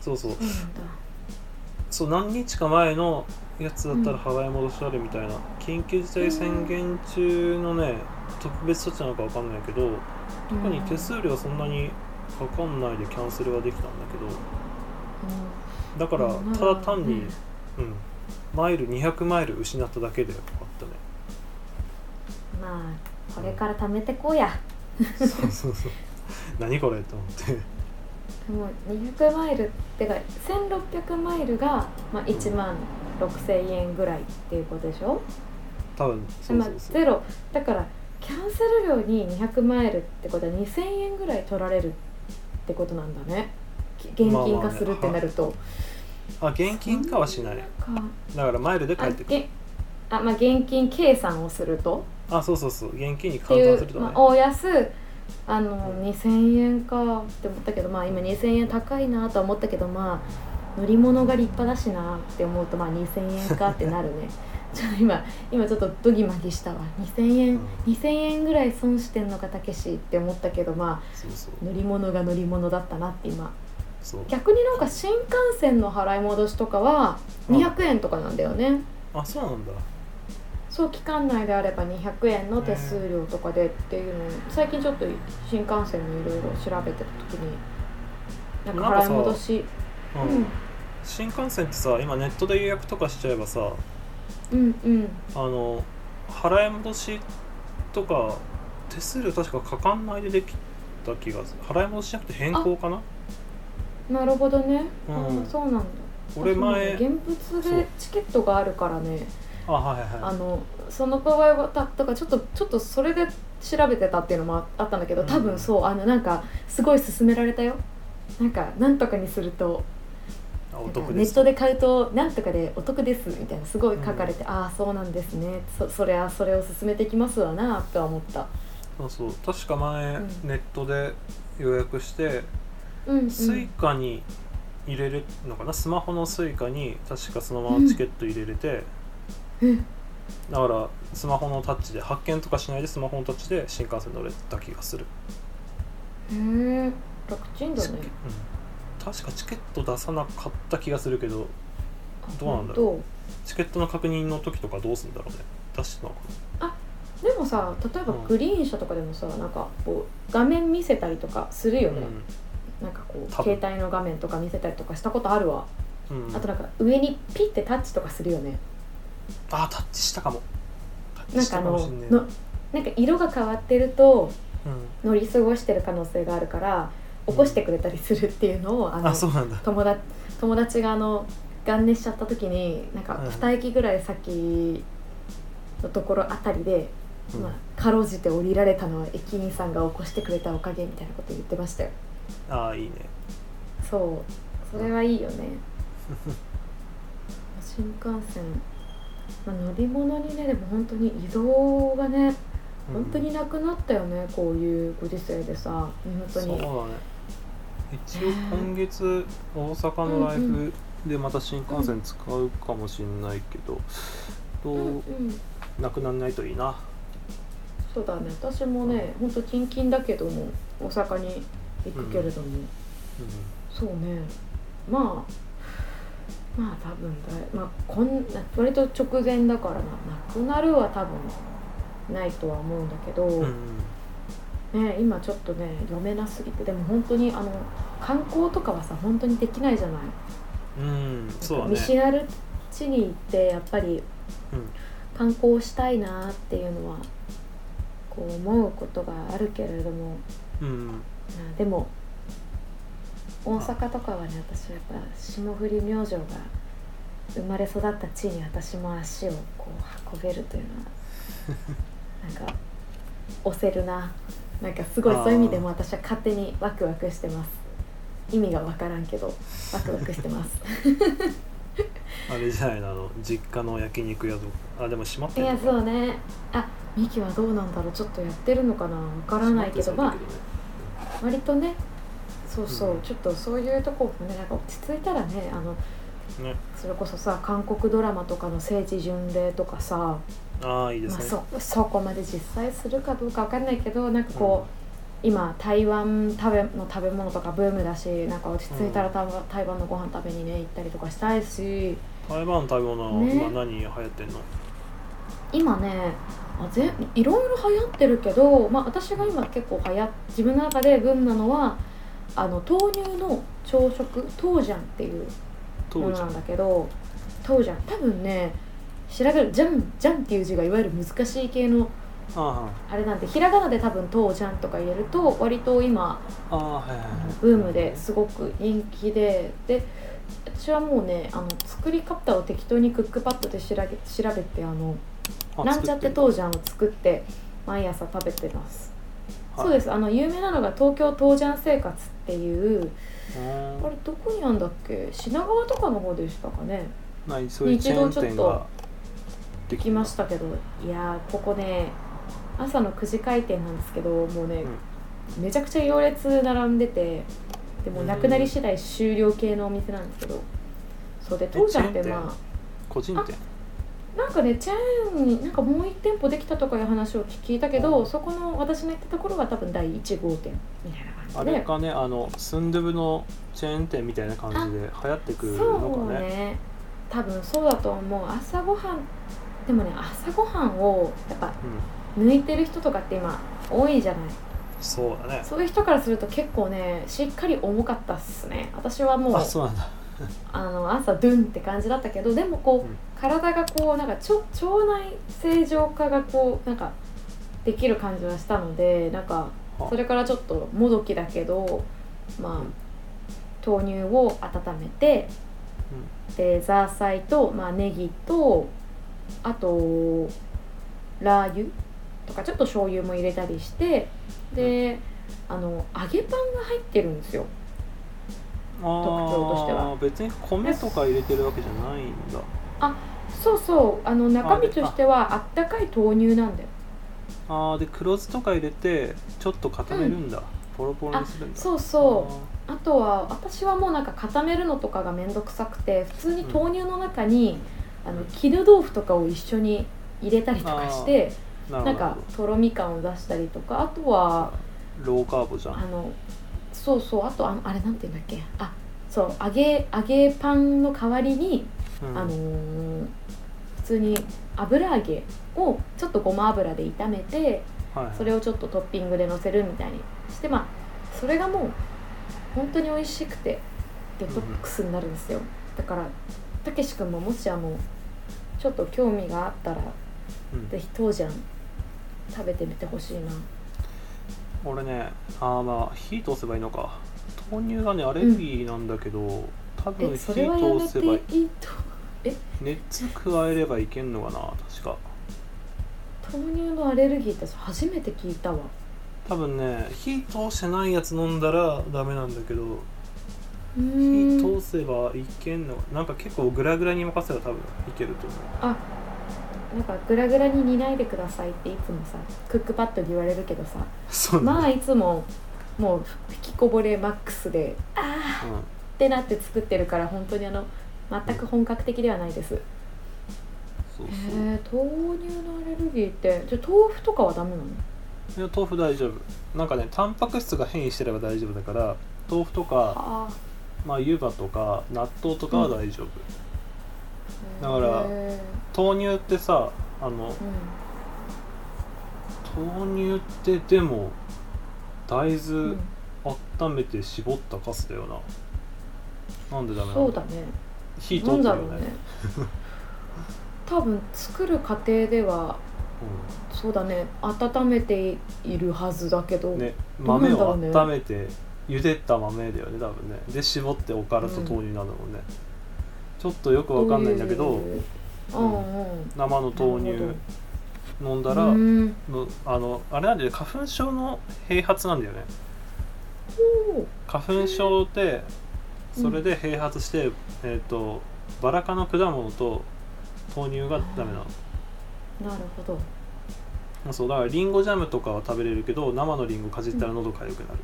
Speaker 2: そうそう
Speaker 1: そうなんだ
Speaker 2: そう何日か前のやつだったら払い戻しあるみたいな、緊急事態宣言中のね特別措置なのかわかんないけど特に手数料そんなにかかんないでキャンセルができたんだけどだか
Speaker 1: うん
Speaker 2: らただ単に、
Speaker 1: うん
Speaker 2: うん、マイル200マイル失っただけでよかったね
Speaker 1: うんまあこれから貯めてこうや
Speaker 2: そうそうそう何これと思って
Speaker 1: でも200マイルってか1600マイルが、まあ、1万6000円ぐらいっていうことでしょ
Speaker 2: 多分
Speaker 1: で
Speaker 2: そう
Speaker 1: まあ
Speaker 2: そうそう
Speaker 1: ゼロだからキャンセル料に200マイルってことは2000円ぐらい取られるってことなんだねき現金化するってなると、
Speaker 2: あ現金化はしない
Speaker 1: か
Speaker 2: だからマイルで帰
Speaker 1: あ
Speaker 2: ってくる
Speaker 1: げあまあ現金計算をすると
Speaker 2: あそうそうそう現金に
Speaker 1: って
Speaker 2: 換算
Speaker 1: い
Speaker 2: すると
Speaker 1: う、
Speaker 2: ね、
Speaker 1: まあ、大安あの、
Speaker 2: う
Speaker 1: 2000円かって思ったけどまあ今2000円高いなとは思ったけどまあ乗り物が立派だしなって思うとまあ2000円かってなるね ちょっと今今ちょっとドギマギしたわ2000円、
Speaker 2: うん
Speaker 1: 2000円ぐらい損してんのかたけしって思ったけどまあ
Speaker 2: そうそう
Speaker 1: 乗り物が乗り物だったなって今
Speaker 2: そう
Speaker 1: 逆になんか新幹線の払い戻しとかは200円とかなんだよね、
Speaker 2: あそうなんだ
Speaker 1: そう期間内であれば200円の手数料とかでっていうのを最近ちょっと新幹線のいろいろ調べてた時になんか払い戻し
Speaker 2: うん新幹線ってさ今ネットで予約とかしちゃえばさ
Speaker 1: うんうん
Speaker 2: あの払い戻しとか手数料確かかかんないでできた気がする払い戻しじゃなくて変更かな
Speaker 1: うんなるほどね、
Speaker 2: う
Speaker 1: あ
Speaker 2: ん
Speaker 1: そうなんだ
Speaker 2: 俺前
Speaker 1: そうなんだ現
Speaker 2: そ
Speaker 1: 物
Speaker 2: う
Speaker 1: でチケットがあるからね
Speaker 2: あはいはい
Speaker 1: あ
Speaker 2: はい
Speaker 1: のその場合はただからちょっとちょっとそれで調べてたっていうのもあったんだけど多分そうあのなんかすごい勧められたよなんかなんとかにすると
Speaker 2: あ
Speaker 1: な
Speaker 2: お
Speaker 1: んか
Speaker 2: 得
Speaker 1: ネ
Speaker 2: で
Speaker 1: ッ
Speaker 2: す
Speaker 1: トで買うとなんとかでお得ですみたいなすごい書かれて、ああそうなんですねそそれはそれを進めてきますわなとは思った
Speaker 2: そうそう確か前、
Speaker 1: うん
Speaker 2: ネットで予約して
Speaker 1: うん、うん、
Speaker 2: スイカに入れるのかな、スマホのスイカに確かそのままチケット入れれて、
Speaker 1: うん
Speaker 2: だからスマホのタッチで発見とかしないでスマホのタッチで新幹線乗れた気がする
Speaker 1: へえ楽ちんだ
Speaker 2: チケ
Speaker 1: ね
Speaker 2: うん、確かチケット出さなかった気がするけどどうなんだろ
Speaker 1: ろ
Speaker 2: チケットの確認の時とかどうするんだろうね出してたのかな
Speaker 1: あでもさ例えば
Speaker 2: うん
Speaker 1: グリーン車とかでもさなんかこう画面見せたりとかするよね、なんかこう
Speaker 2: 多
Speaker 1: 携
Speaker 2: 分
Speaker 1: 帯の画面とか見せたりとかしたことあるわ、
Speaker 2: うんうん、
Speaker 1: あとなんか上にピッてタッチとかするよね
Speaker 2: あタッチしたかもタッ
Speaker 1: な
Speaker 2: チ
Speaker 1: ん
Speaker 2: し
Speaker 1: か
Speaker 2: た
Speaker 1: あ
Speaker 2: か
Speaker 1: の
Speaker 2: もしんねえな
Speaker 1: のなんか色が変わってると
Speaker 2: うん
Speaker 1: 乗り過ごしてる可能性があるから起こしてくれたりするっていうのをあの
Speaker 2: あそうなんだ
Speaker 1: 友達友達があの元寝しちゃった時になんか
Speaker 2: うん
Speaker 1: 2駅ぐらい先のところあたりで、
Speaker 2: うん
Speaker 1: まあ、かろうじて降りられたのは駅員さんが起こしてくれたおかげみたいなこと言ってましたよ
Speaker 2: あいいね
Speaker 1: そうそれはいいよね新幹線、まあ、乗り物にねでも本当に移動がね
Speaker 2: うん
Speaker 1: 本当になくなったよね、こういうご時世でさ本当に
Speaker 2: そうだね一応今月大阪のライブでまた新幹線使うかもしんないけど、
Speaker 1: うん
Speaker 2: ど
Speaker 1: うん
Speaker 2: うなくならないといいな
Speaker 1: そうだね私もね本当近々だけども大阪に行くけれども、
Speaker 2: う
Speaker 1: そうねまあまあ多分だい、まあ、こんな割と直前だからななくなるは多分ないとは思うんだけど、
Speaker 2: ん、うん
Speaker 1: ね、今ちょっとね読めなすぎてでも本当にあの観光とかはさ本当にできないじゃない
Speaker 2: うんうん、そうだ
Speaker 1: 見知
Speaker 2: ね、
Speaker 1: らぬ地に行ってやっぱり
Speaker 2: うん
Speaker 1: 観光したいなっていうのはこう思うことがあるけれども
Speaker 2: うん、
Speaker 1: あでも大阪とかはね私はやっぱ霜降り明星が生まれ育った地に私も足をこう運べるという のはなんか押せるななんかすごい
Speaker 2: あー
Speaker 1: そういう意味でも私は勝手にワクワクしてます意味が分からんけどワクワクしてます
Speaker 2: あれじゃないのあの実家の焼肉屋とかあでも閉まっ
Speaker 1: い
Speaker 2: て
Speaker 1: や
Speaker 2: の
Speaker 1: そうねあミキはどうなんだろうちょっとやってるのかな分からないけどまあ割とねそうそう、
Speaker 2: うん
Speaker 1: ちょっとそういうとこもねなんか落ち着いたらねあの
Speaker 2: ね
Speaker 1: それこそさ韓国ドラマとかの政治巡礼とかさ、
Speaker 2: ああいいで
Speaker 1: ますあ、
Speaker 2: ね、
Speaker 1: そそこまで実際するかどうかわかんないけどなんか
Speaker 2: う
Speaker 1: こ
Speaker 2: ん
Speaker 1: う、今台湾食べの食べ物とかブームだしなんか落ち着いたら台湾台湾のご飯食べにね行ったりとかしたいし
Speaker 2: 台湾の食べ物、
Speaker 1: ね
Speaker 2: 今何流行ってんの
Speaker 1: 今ねあぜいろいろ流行ってるけど、まあ、私が今結構流行っ自分の中でブームなのはあの豆乳の朝食豆ジャンっていうも
Speaker 2: 当
Speaker 1: の
Speaker 2: 時
Speaker 1: なんだけど豆ジャン多分ね調べるジャンジャンっていう字がいわゆる難しい系の
Speaker 2: ああ
Speaker 1: あれなんでひらがなで多分豆ジャンとか入れると割と今
Speaker 2: ああはいはいはい
Speaker 1: ブームですごく人気でで私はもうねあの作り方を適当にクックパッドで調べ調べてあの
Speaker 2: あ
Speaker 1: なんちゃって
Speaker 2: 作
Speaker 1: 豆ジャンを作って毎朝食べてます、
Speaker 2: はい
Speaker 1: そうですあの有名なのが東京豆ジャン生活っていう
Speaker 2: ってんの
Speaker 1: あれどこにあんだっけ品川とかの方でしたかね
Speaker 2: うんないそういうチェーン店がで
Speaker 1: 行きましたけどいやーここね朝の9時開店なんですけどもうね、めちゃくちゃ行列並んでてでもうなくなり次第終了系のお店なんですけどそうで当社って
Speaker 2: チェーン
Speaker 1: ま
Speaker 2: 個人店
Speaker 1: あなんかねチェーンになんかもう1店舗できたとかいう話を聞いたけど
Speaker 2: うん
Speaker 1: そこの私の行ったところは多分第1号店みたいな
Speaker 2: あ
Speaker 1: 感じ
Speaker 2: れ
Speaker 1: で
Speaker 2: かねあのスンドゥブのチェーン店みたいな感じで流行ってくるの
Speaker 1: そう
Speaker 2: かね
Speaker 1: ね多分そうだと思う朝ごはんでもね朝ごはんをやっぱ
Speaker 2: うん
Speaker 1: 抜いてる人とかって今多いじゃない
Speaker 2: そうだね
Speaker 1: そういう人からすると結構ねしっかり重かったっすね私はもう
Speaker 2: あそうなんだ
Speaker 1: あの朝ドゥンって感じだったけどでもこう、
Speaker 2: うん
Speaker 1: 体がこうなんかちょ腸内正常化がこうなんかできる感じはしたのでなんか
Speaker 2: あ
Speaker 1: それからちょっともどきだけど
Speaker 2: う
Speaker 1: ま
Speaker 2: ん
Speaker 1: あ豆乳を温めて、でザーサイと、まあ、ネギとあとラー油とかちょっと醤油も入れたりしてで、あの揚げパンが入ってるんですよ。
Speaker 2: あ
Speaker 1: 徴として
Speaker 2: あ
Speaker 1: は
Speaker 2: 別に米とか入れてるわけじゃないんだ
Speaker 1: そうそうあの中身としてはあったかい豆乳なんだよ
Speaker 2: あーで黒酢とか入れてちょっと固めるんだポロポロにするんだ
Speaker 1: そう
Speaker 2: あ
Speaker 1: そうあとは私はもうなんか固めるのとかが面倒くさくて普通に豆乳の中に、あの絹豆腐とかを一緒に入れたりとかして
Speaker 2: ーなる
Speaker 1: な
Speaker 2: ほ
Speaker 1: ん
Speaker 2: ど
Speaker 1: かとろみ感を出したりとかあとは
Speaker 2: ローカーボじゃ
Speaker 1: あ
Speaker 2: ん
Speaker 1: のそうそうあとあのあれなんて言うんだっけあそう揚げ揚げパンの代わりに、
Speaker 2: うん
Speaker 1: あのー普通に油揚げをちょっとごま油で炒めて
Speaker 2: はい
Speaker 1: それをちょっとトッピングでのせるみたいにしてまあそれがもう本当に美味しくてデトックスになるんですよだからたけし君ももしあのちょっと興味があったら
Speaker 2: うん
Speaker 1: ぜひ当時ゃん食べてみてほしいな
Speaker 2: 俺ねあーまあ火通せばいいのか豆乳がねアレルギーなんだけど、多分
Speaker 1: え
Speaker 2: 火
Speaker 1: それはやめ
Speaker 2: 通せばいい
Speaker 1: ていいと
Speaker 2: 熱加えればいけんのかな確か
Speaker 1: 豆乳のアレルギーって初めて聞いたわ
Speaker 2: 多分ね火通してないやつ飲んだらダメなんだけど
Speaker 1: う
Speaker 2: 火
Speaker 1: ー
Speaker 2: 通
Speaker 1: ん
Speaker 2: せばいけんのかなんか結構グラグラに任せたら多分いけると思う
Speaker 1: なんかグラグラに煮ないでくださいっていつもさクックパッドで言われるけどさ
Speaker 2: そうね、
Speaker 1: まあいつももう吹きこぼれマックスでってなって作ってるから本当にあの全く本格的ではないですへ
Speaker 2: うん、そうそう
Speaker 1: え豆乳のアレルギーってじゃあ豆腐とかはダメなの
Speaker 2: いや豆腐大丈夫なんかねタンパク質が変異してれば大丈夫だから豆腐とか、
Speaker 1: あ
Speaker 2: まあ、湯葉とか納豆とかは大丈夫、だ
Speaker 1: あ
Speaker 2: から豆乳ってさあの
Speaker 1: う
Speaker 2: 豆乳ってでも大
Speaker 1: ん、う
Speaker 2: 豆温
Speaker 1: ん、
Speaker 2: めて絞ったカスだよな、なんでダメなの
Speaker 1: そうだね
Speaker 2: 火通って
Speaker 1: なん
Speaker 2: る
Speaker 1: だ
Speaker 2: よ
Speaker 1: ろう
Speaker 2: ね
Speaker 1: ね 多分作る過程ではそうだね温めているはずだけど、
Speaker 2: うん、ね
Speaker 1: どうな
Speaker 2: 豆
Speaker 1: んだろ
Speaker 2: を
Speaker 1: うね
Speaker 2: 温めて茹でた豆だよね多分ねで絞っておからと豆乳なんだもんね、ちょっとよくわかんないんだけど
Speaker 1: ういううんうん
Speaker 2: 生の豆
Speaker 1: なる
Speaker 2: 乳飲んだら、
Speaker 1: うん
Speaker 2: のあのあれなんだよね花粉症の併発なんだよね
Speaker 1: おー
Speaker 2: 花粉症って
Speaker 1: うん
Speaker 2: それで併発して、えっ、とバラ科の果物と豆乳がダメなの、
Speaker 1: なるほど
Speaker 2: そうだからリンゴジャムとかは食べれるけど生のリンゴかじったら喉かゆくなる、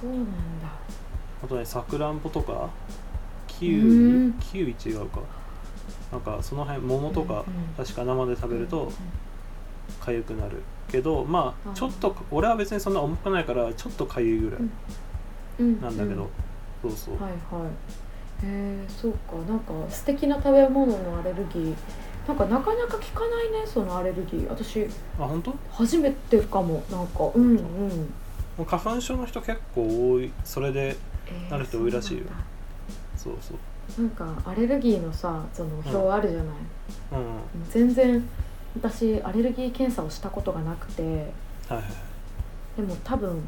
Speaker 1: そうなんだ
Speaker 2: あとねさくらんぼとかキウイ、
Speaker 1: うん
Speaker 2: キウイ違うかなんかその辺桃とか、
Speaker 1: うん
Speaker 2: 確か生で食べるとかゆくなるけどま
Speaker 1: あ
Speaker 2: あちょっと俺は別にそんな重くないからちょっとかゆいぐらい
Speaker 1: うん
Speaker 2: なんだけど、そうそう、
Speaker 1: はいはいへえそうかなんか素敵な食べ物のアレルギーなんかなかなか聞かないねそのアレルギー私
Speaker 2: あ本当
Speaker 1: 初めてかもなんかうんうん、
Speaker 2: もう花粉症の人結構多いそれで
Speaker 1: えー
Speaker 2: なる人多いらしいよ
Speaker 1: そう
Speaker 2: そうそう
Speaker 1: なんだなんかアレルギーのさその表あるじゃない、
Speaker 2: うんうんは
Speaker 1: 全然私アレルギー検査をしたことがなくて
Speaker 2: いはい
Speaker 1: でも多分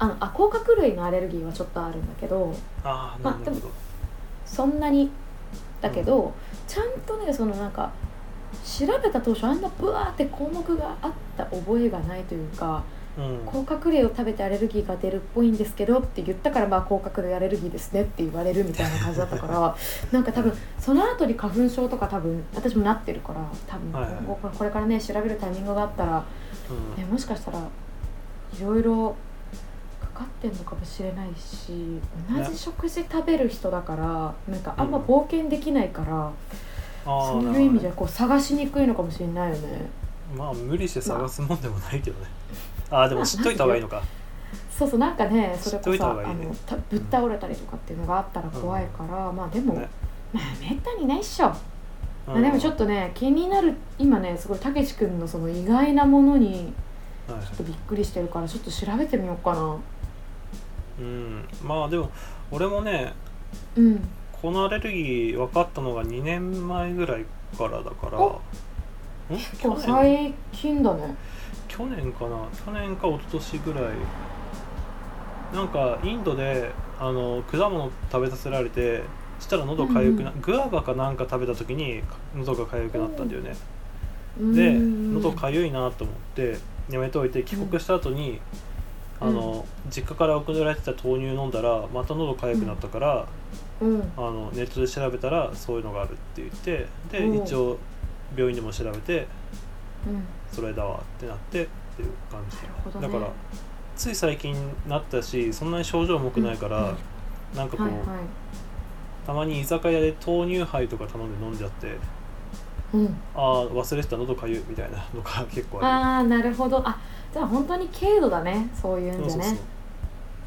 Speaker 1: あのあ甲殻類のアレルギーはちょっとあるんだけど
Speaker 2: ああ
Speaker 1: まあ
Speaker 2: なるほど、
Speaker 1: そんなにだけど、ちゃんとねそのなんか調べた当初あんなブワーって項目があった覚えがないというか
Speaker 2: うん
Speaker 1: 甲殻類を食べてアレルギーが出るっぽいんですけどって言ったからまあ甲殻類アレルギーですねって言われるみたいな感じだったから なんか多分その後に花粉症とか多分私もなってるから多分
Speaker 2: はいはい
Speaker 1: 今後これこれからね調べるタイミングがあったら、
Speaker 2: うん
Speaker 1: ね、もしかしたらいろいろかかってんのかもしれないし同じ食事食べる人だからなんかあんま
Speaker 2: うん
Speaker 1: 冒険できないから、
Speaker 2: ああ
Speaker 1: そ
Speaker 2: なるほ
Speaker 1: うい
Speaker 2: ど
Speaker 1: う
Speaker 2: ね
Speaker 1: 意味じゃこう探しにくいのかもしれないよね
Speaker 2: まあ無理して探すもんでもないけどね、ああでも知っといた方がいいのか
Speaker 1: そうそうなんかねそれこ
Speaker 2: 知っといた
Speaker 1: そ
Speaker 2: 方が
Speaker 1: あ
Speaker 2: いいね
Speaker 1: のたぶっ倒れたりとかっていうのがあったら怖いから、まあでも、
Speaker 2: ね
Speaker 1: まあめったにないっしょ、ま
Speaker 2: う
Speaker 1: あ
Speaker 2: ん
Speaker 1: でもちょっとね気になる今ねすごいたけし君のその意外なものに
Speaker 2: はいはい
Speaker 1: ちょっとびっくりしてるからちょっと調べてみようかな
Speaker 2: うんまあでも俺もね
Speaker 1: うん
Speaker 2: このアレルギー分かったのが2年前ぐらいからだから
Speaker 1: お
Speaker 2: ん
Speaker 1: 結
Speaker 2: 去年
Speaker 1: 構最近だね
Speaker 2: 去年かな去年か一昨年ぐらいなんかインドであの果物食べさせられてしたら喉かゆくな、グアバかなんか食べた時に喉がかゆくなったんだよね、で喉かゆいなと思ってやめておいて帰国した後に、
Speaker 1: うん
Speaker 2: あの実家から送られてた豆乳飲んだらまた喉かゆくなったから、
Speaker 1: ゆうん
Speaker 2: あのネットで調べたらそういうのがあるって言ってで
Speaker 1: おう
Speaker 2: 一応病院でも調べて
Speaker 1: うん
Speaker 2: それだわってなってっていう感じ
Speaker 1: なるほどね
Speaker 2: だからつい最近なったしそんなに症状も多くないから、
Speaker 1: うんうん
Speaker 2: なんかこう、
Speaker 1: はいは
Speaker 2: たまに居酒屋で豆乳杯とか頼んで飲んじゃって
Speaker 1: い、うん、
Speaker 2: ああ忘れてた喉かゆいみたいなの が結構あ
Speaker 1: ああなるほどあじゃあ本当に軽度だねそうい
Speaker 2: る
Speaker 1: うんじゃ
Speaker 2: そうそう
Speaker 1: ね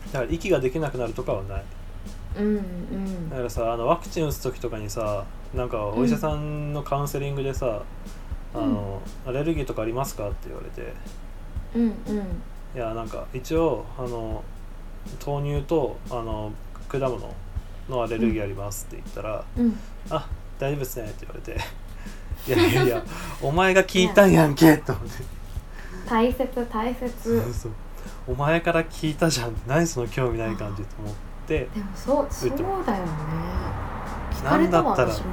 Speaker 2: そうだから息ができなくなるとかはない
Speaker 1: うん
Speaker 2: だからさあのワクチン打つ時とかにさなんかお医者さんのカウンセリングでさ、
Speaker 1: うん
Speaker 2: あのアレルギーとかありますか?」って言われて
Speaker 1: うんうんうん
Speaker 2: いやなんか一応あの豆乳とあの果物のアレルギーありますって言ったら
Speaker 1: うん
Speaker 2: 「あ大丈夫ですね」って言われて「いやいやいやお前が聞いたんやんけ」と思って
Speaker 1: 大切大
Speaker 2: そう
Speaker 1: 切
Speaker 2: そう「お前から聞いたじゃん」何その興味ない感じと思って
Speaker 1: でもそうそうだよね聞か
Speaker 2: 何
Speaker 1: れ
Speaker 2: だ
Speaker 1: た
Speaker 2: っ
Speaker 1: わ
Speaker 2: たら
Speaker 1: 私も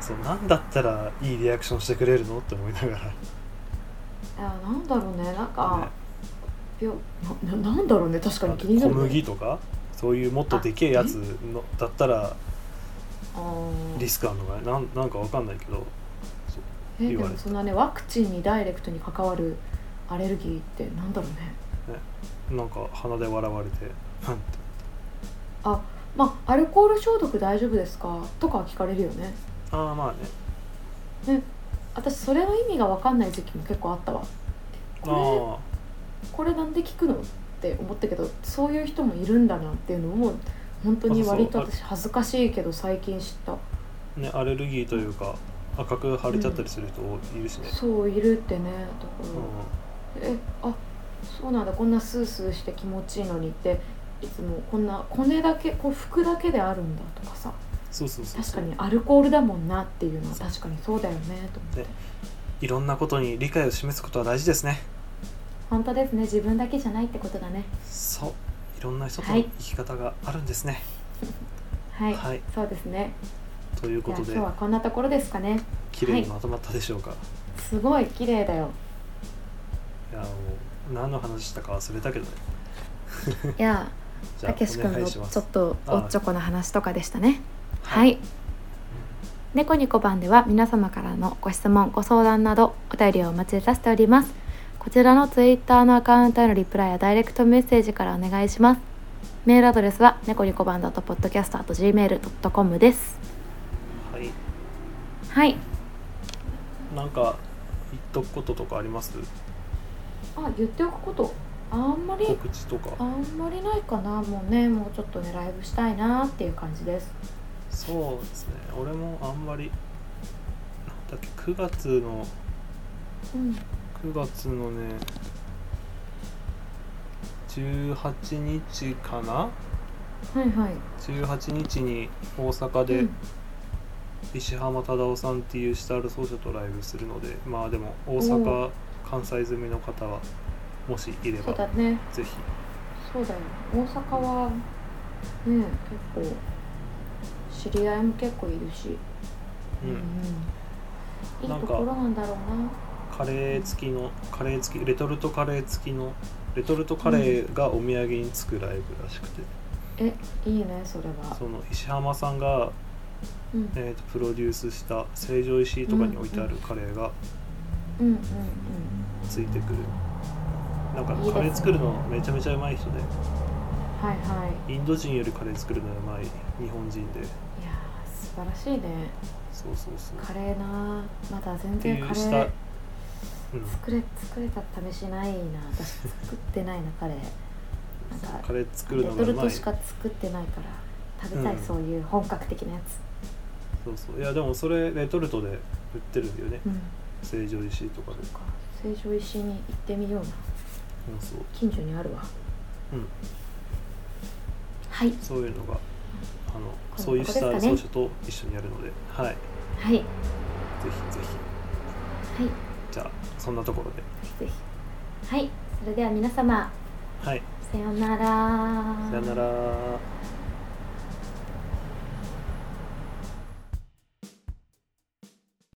Speaker 2: そうなんだったらいいリアクションしてくれるのって思いながら。
Speaker 1: いやなんだろうねな
Speaker 2: ね
Speaker 1: んか、病なななんだろうね確かに気にな
Speaker 2: 小
Speaker 1: る、ね、
Speaker 2: 麦とかそういうもっとでけえやつのだったら
Speaker 1: あー
Speaker 2: リスクあるのかねなんなんかわかんないけど
Speaker 1: え
Speaker 2: 言
Speaker 1: で
Speaker 2: われた
Speaker 1: もそんなねワクチンにダイレクトに関わるアレルギーってなんだろうね
Speaker 2: なんか鼻で笑われてなんて
Speaker 1: まあアルコール消毒大丈夫ですかとかは聞かれるよね
Speaker 2: ああまあね
Speaker 1: 私それの意味が分かんない時期も結構あったわこ
Speaker 2: あ
Speaker 1: れこれなんで聞くのって思ったけどそういう人もいるんだなっていうのも本当に割と
Speaker 2: あそう
Speaker 1: 私恥ずかしいけど最近知った
Speaker 2: あねアレルギーというか赤く腫れちゃったりする人いるしね、
Speaker 1: そういるってねだから、
Speaker 2: うん
Speaker 1: えあそうなんだこんなスースーして気持ちいいのにっていつもこんな骨だけこう服だけであるんだとかさ
Speaker 2: そうそうそう
Speaker 1: 確
Speaker 2: そ
Speaker 1: か
Speaker 2: う
Speaker 1: にアルコールだもんなっていうのは確かにそうだよねと思って、
Speaker 2: ねいろんなことに理解を示すことは大事ですね
Speaker 1: 本当ですね自分だけじゃないってことだね
Speaker 2: そういろんな人と
Speaker 1: は
Speaker 2: の
Speaker 1: い
Speaker 2: 生き方があるんですね
Speaker 1: はい、
Speaker 2: はい、
Speaker 1: そうですね
Speaker 2: という
Speaker 1: じ
Speaker 2: こ
Speaker 1: ゃあ
Speaker 2: と
Speaker 1: 今
Speaker 2: で
Speaker 1: 日はこんなところですかね
Speaker 2: 綺麗にまとまったでしょうか、
Speaker 1: すごい綺麗 だよ
Speaker 2: い、やもう何の話したか忘れたけどね
Speaker 1: いや
Speaker 2: じゃあお願いします
Speaker 1: と
Speaker 2: おっちょ
Speaker 1: この話とかでしたね。
Speaker 2: はい
Speaker 1: 猫にこ番では皆様からのご質問、ご相談などお便りをお待ちさせております。こちらのツイッターのアカウントへのリプライやダイレクトメッセージからお願いします。メールアドレスは猫にこ番だとポッドキャスト gmail.com です。
Speaker 2: はい
Speaker 1: はい。
Speaker 2: なんか言っとくこととかあります
Speaker 1: あ、言っておくことあんまり
Speaker 2: 告知と
Speaker 1: あ
Speaker 2: か
Speaker 1: んまりないかな。もうね、もうちょっとねライブしたいなっていう感じです。
Speaker 2: そうですね俺もあんまりなんだっけ9月の
Speaker 1: うん。
Speaker 2: 9月のね18日かな
Speaker 1: はいはい。
Speaker 2: 18日に大阪
Speaker 1: う
Speaker 2: で
Speaker 1: ん
Speaker 2: 石浜忠夫さんっていうシタール奏者とライブするのでまあでも大
Speaker 1: お
Speaker 2: 阪関西済みの方はもしいれ
Speaker 1: そうだ
Speaker 2: ば
Speaker 1: ね。
Speaker 2: ぜひ
Speaker 1: そうだよ大阪はね結構知り合いも結構いるし、
Speaker 2: うん、
Speaker 1: うん
Speaker 2: ないん
Speaker 1: い
Speaker 2: か
Speaker 1: ところなんだろうな
Speaker 2: カレー付きのカレー付きレトルトカレー付きのレトルトカレーがお土産につくライブらしくて、
Speaker 1: えいいねそれは
Speaker 2: その石浜さんが、
Speaker 1: うんうん
Speaker 2: えー、とプロデュースした成城石井とかに置いてあるカレーが
Speaker 1: うん
Speaker 2: ついてくる、なんか
Speaker 1: いいですね
Speaker 2: カレー作るのめちゃめちゃうまい人で
Speaker 1: うんはいはい
Speaker 2: インド人よりカレー作るのうまい日本人で
Speaker 1: いやー素晴らしいね
Speaker 2: そうそうそう
Speaker 1: カレーなまだ全
Speaker 2: ってい
Speaker 1: 然
Speaker 2: う
Speaker 1: カレ
Speaker 2: した、う
Speaker 1: ー
Speaker 2: ん、
Speaker 1: 作れ作れた試しないな私作ってないなカレーなんか
Speaker 2: カレー作
Speaker 1: レ
Speaker 2: るの
Speaker 1: ト
Speaker 2: がう
Speaker 1: ル
Speaker 2: ま
Speaker 1: ト
Speaker 2: い
Speaker 1: しか作ってないから食べたい、
Speaker 2: うん
Speaker 1: そういう本格的なやつ
Speaker 2: そうそういやでもそれレトルトで売ってるんだよね
Speaker 1: うん
Speaker 2: 成城石井とかで
Speaker 1: そっか成城石井に行ってみような
Speaker 2: そう
Speaker 1: 近所にあるわ
Speaker 2: うん
Speaker 1: はい
Speaker 2: そういうのが、あの、
Speaker 1: こ
Speaker 2: そういう
Speaker 1: こ
Speaker 2: シ
Speaker 1: です
Speaker 2: タ
Speaker 1: か
Speaker 2: ー
Speaker 1: ね
Speaker 2: ル奏者と一緒にやるので、はい、ぜ
Speaker 1: はいは
Speaker 2: ひ
Speaker 1: い
Speaker 2: ぜひ。じゃあ、そんなところで、
Speaker 1: ぜひはいそれでは皆様
Speaker 2: はい、
Speaker 1: さようなら
Speaker 2: さよなら。